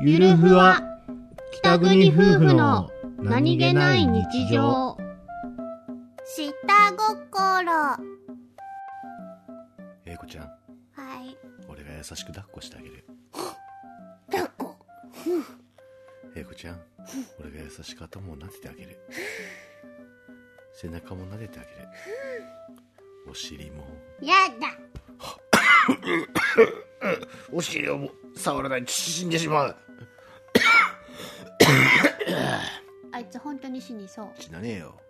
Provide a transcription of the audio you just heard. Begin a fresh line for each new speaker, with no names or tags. ゆるふわ北国夫婦の何気ない日常
下心は
英子ちゃん
い
俺が優しく抱っこしてあげる
抱っこ
英子ちゃん俺が優しく頭を撫でてあげる背中も撫でてあげるお尻も
やだ
お尻を触らないと死んでしまう
あいつ本当に死にそう
死なねえよ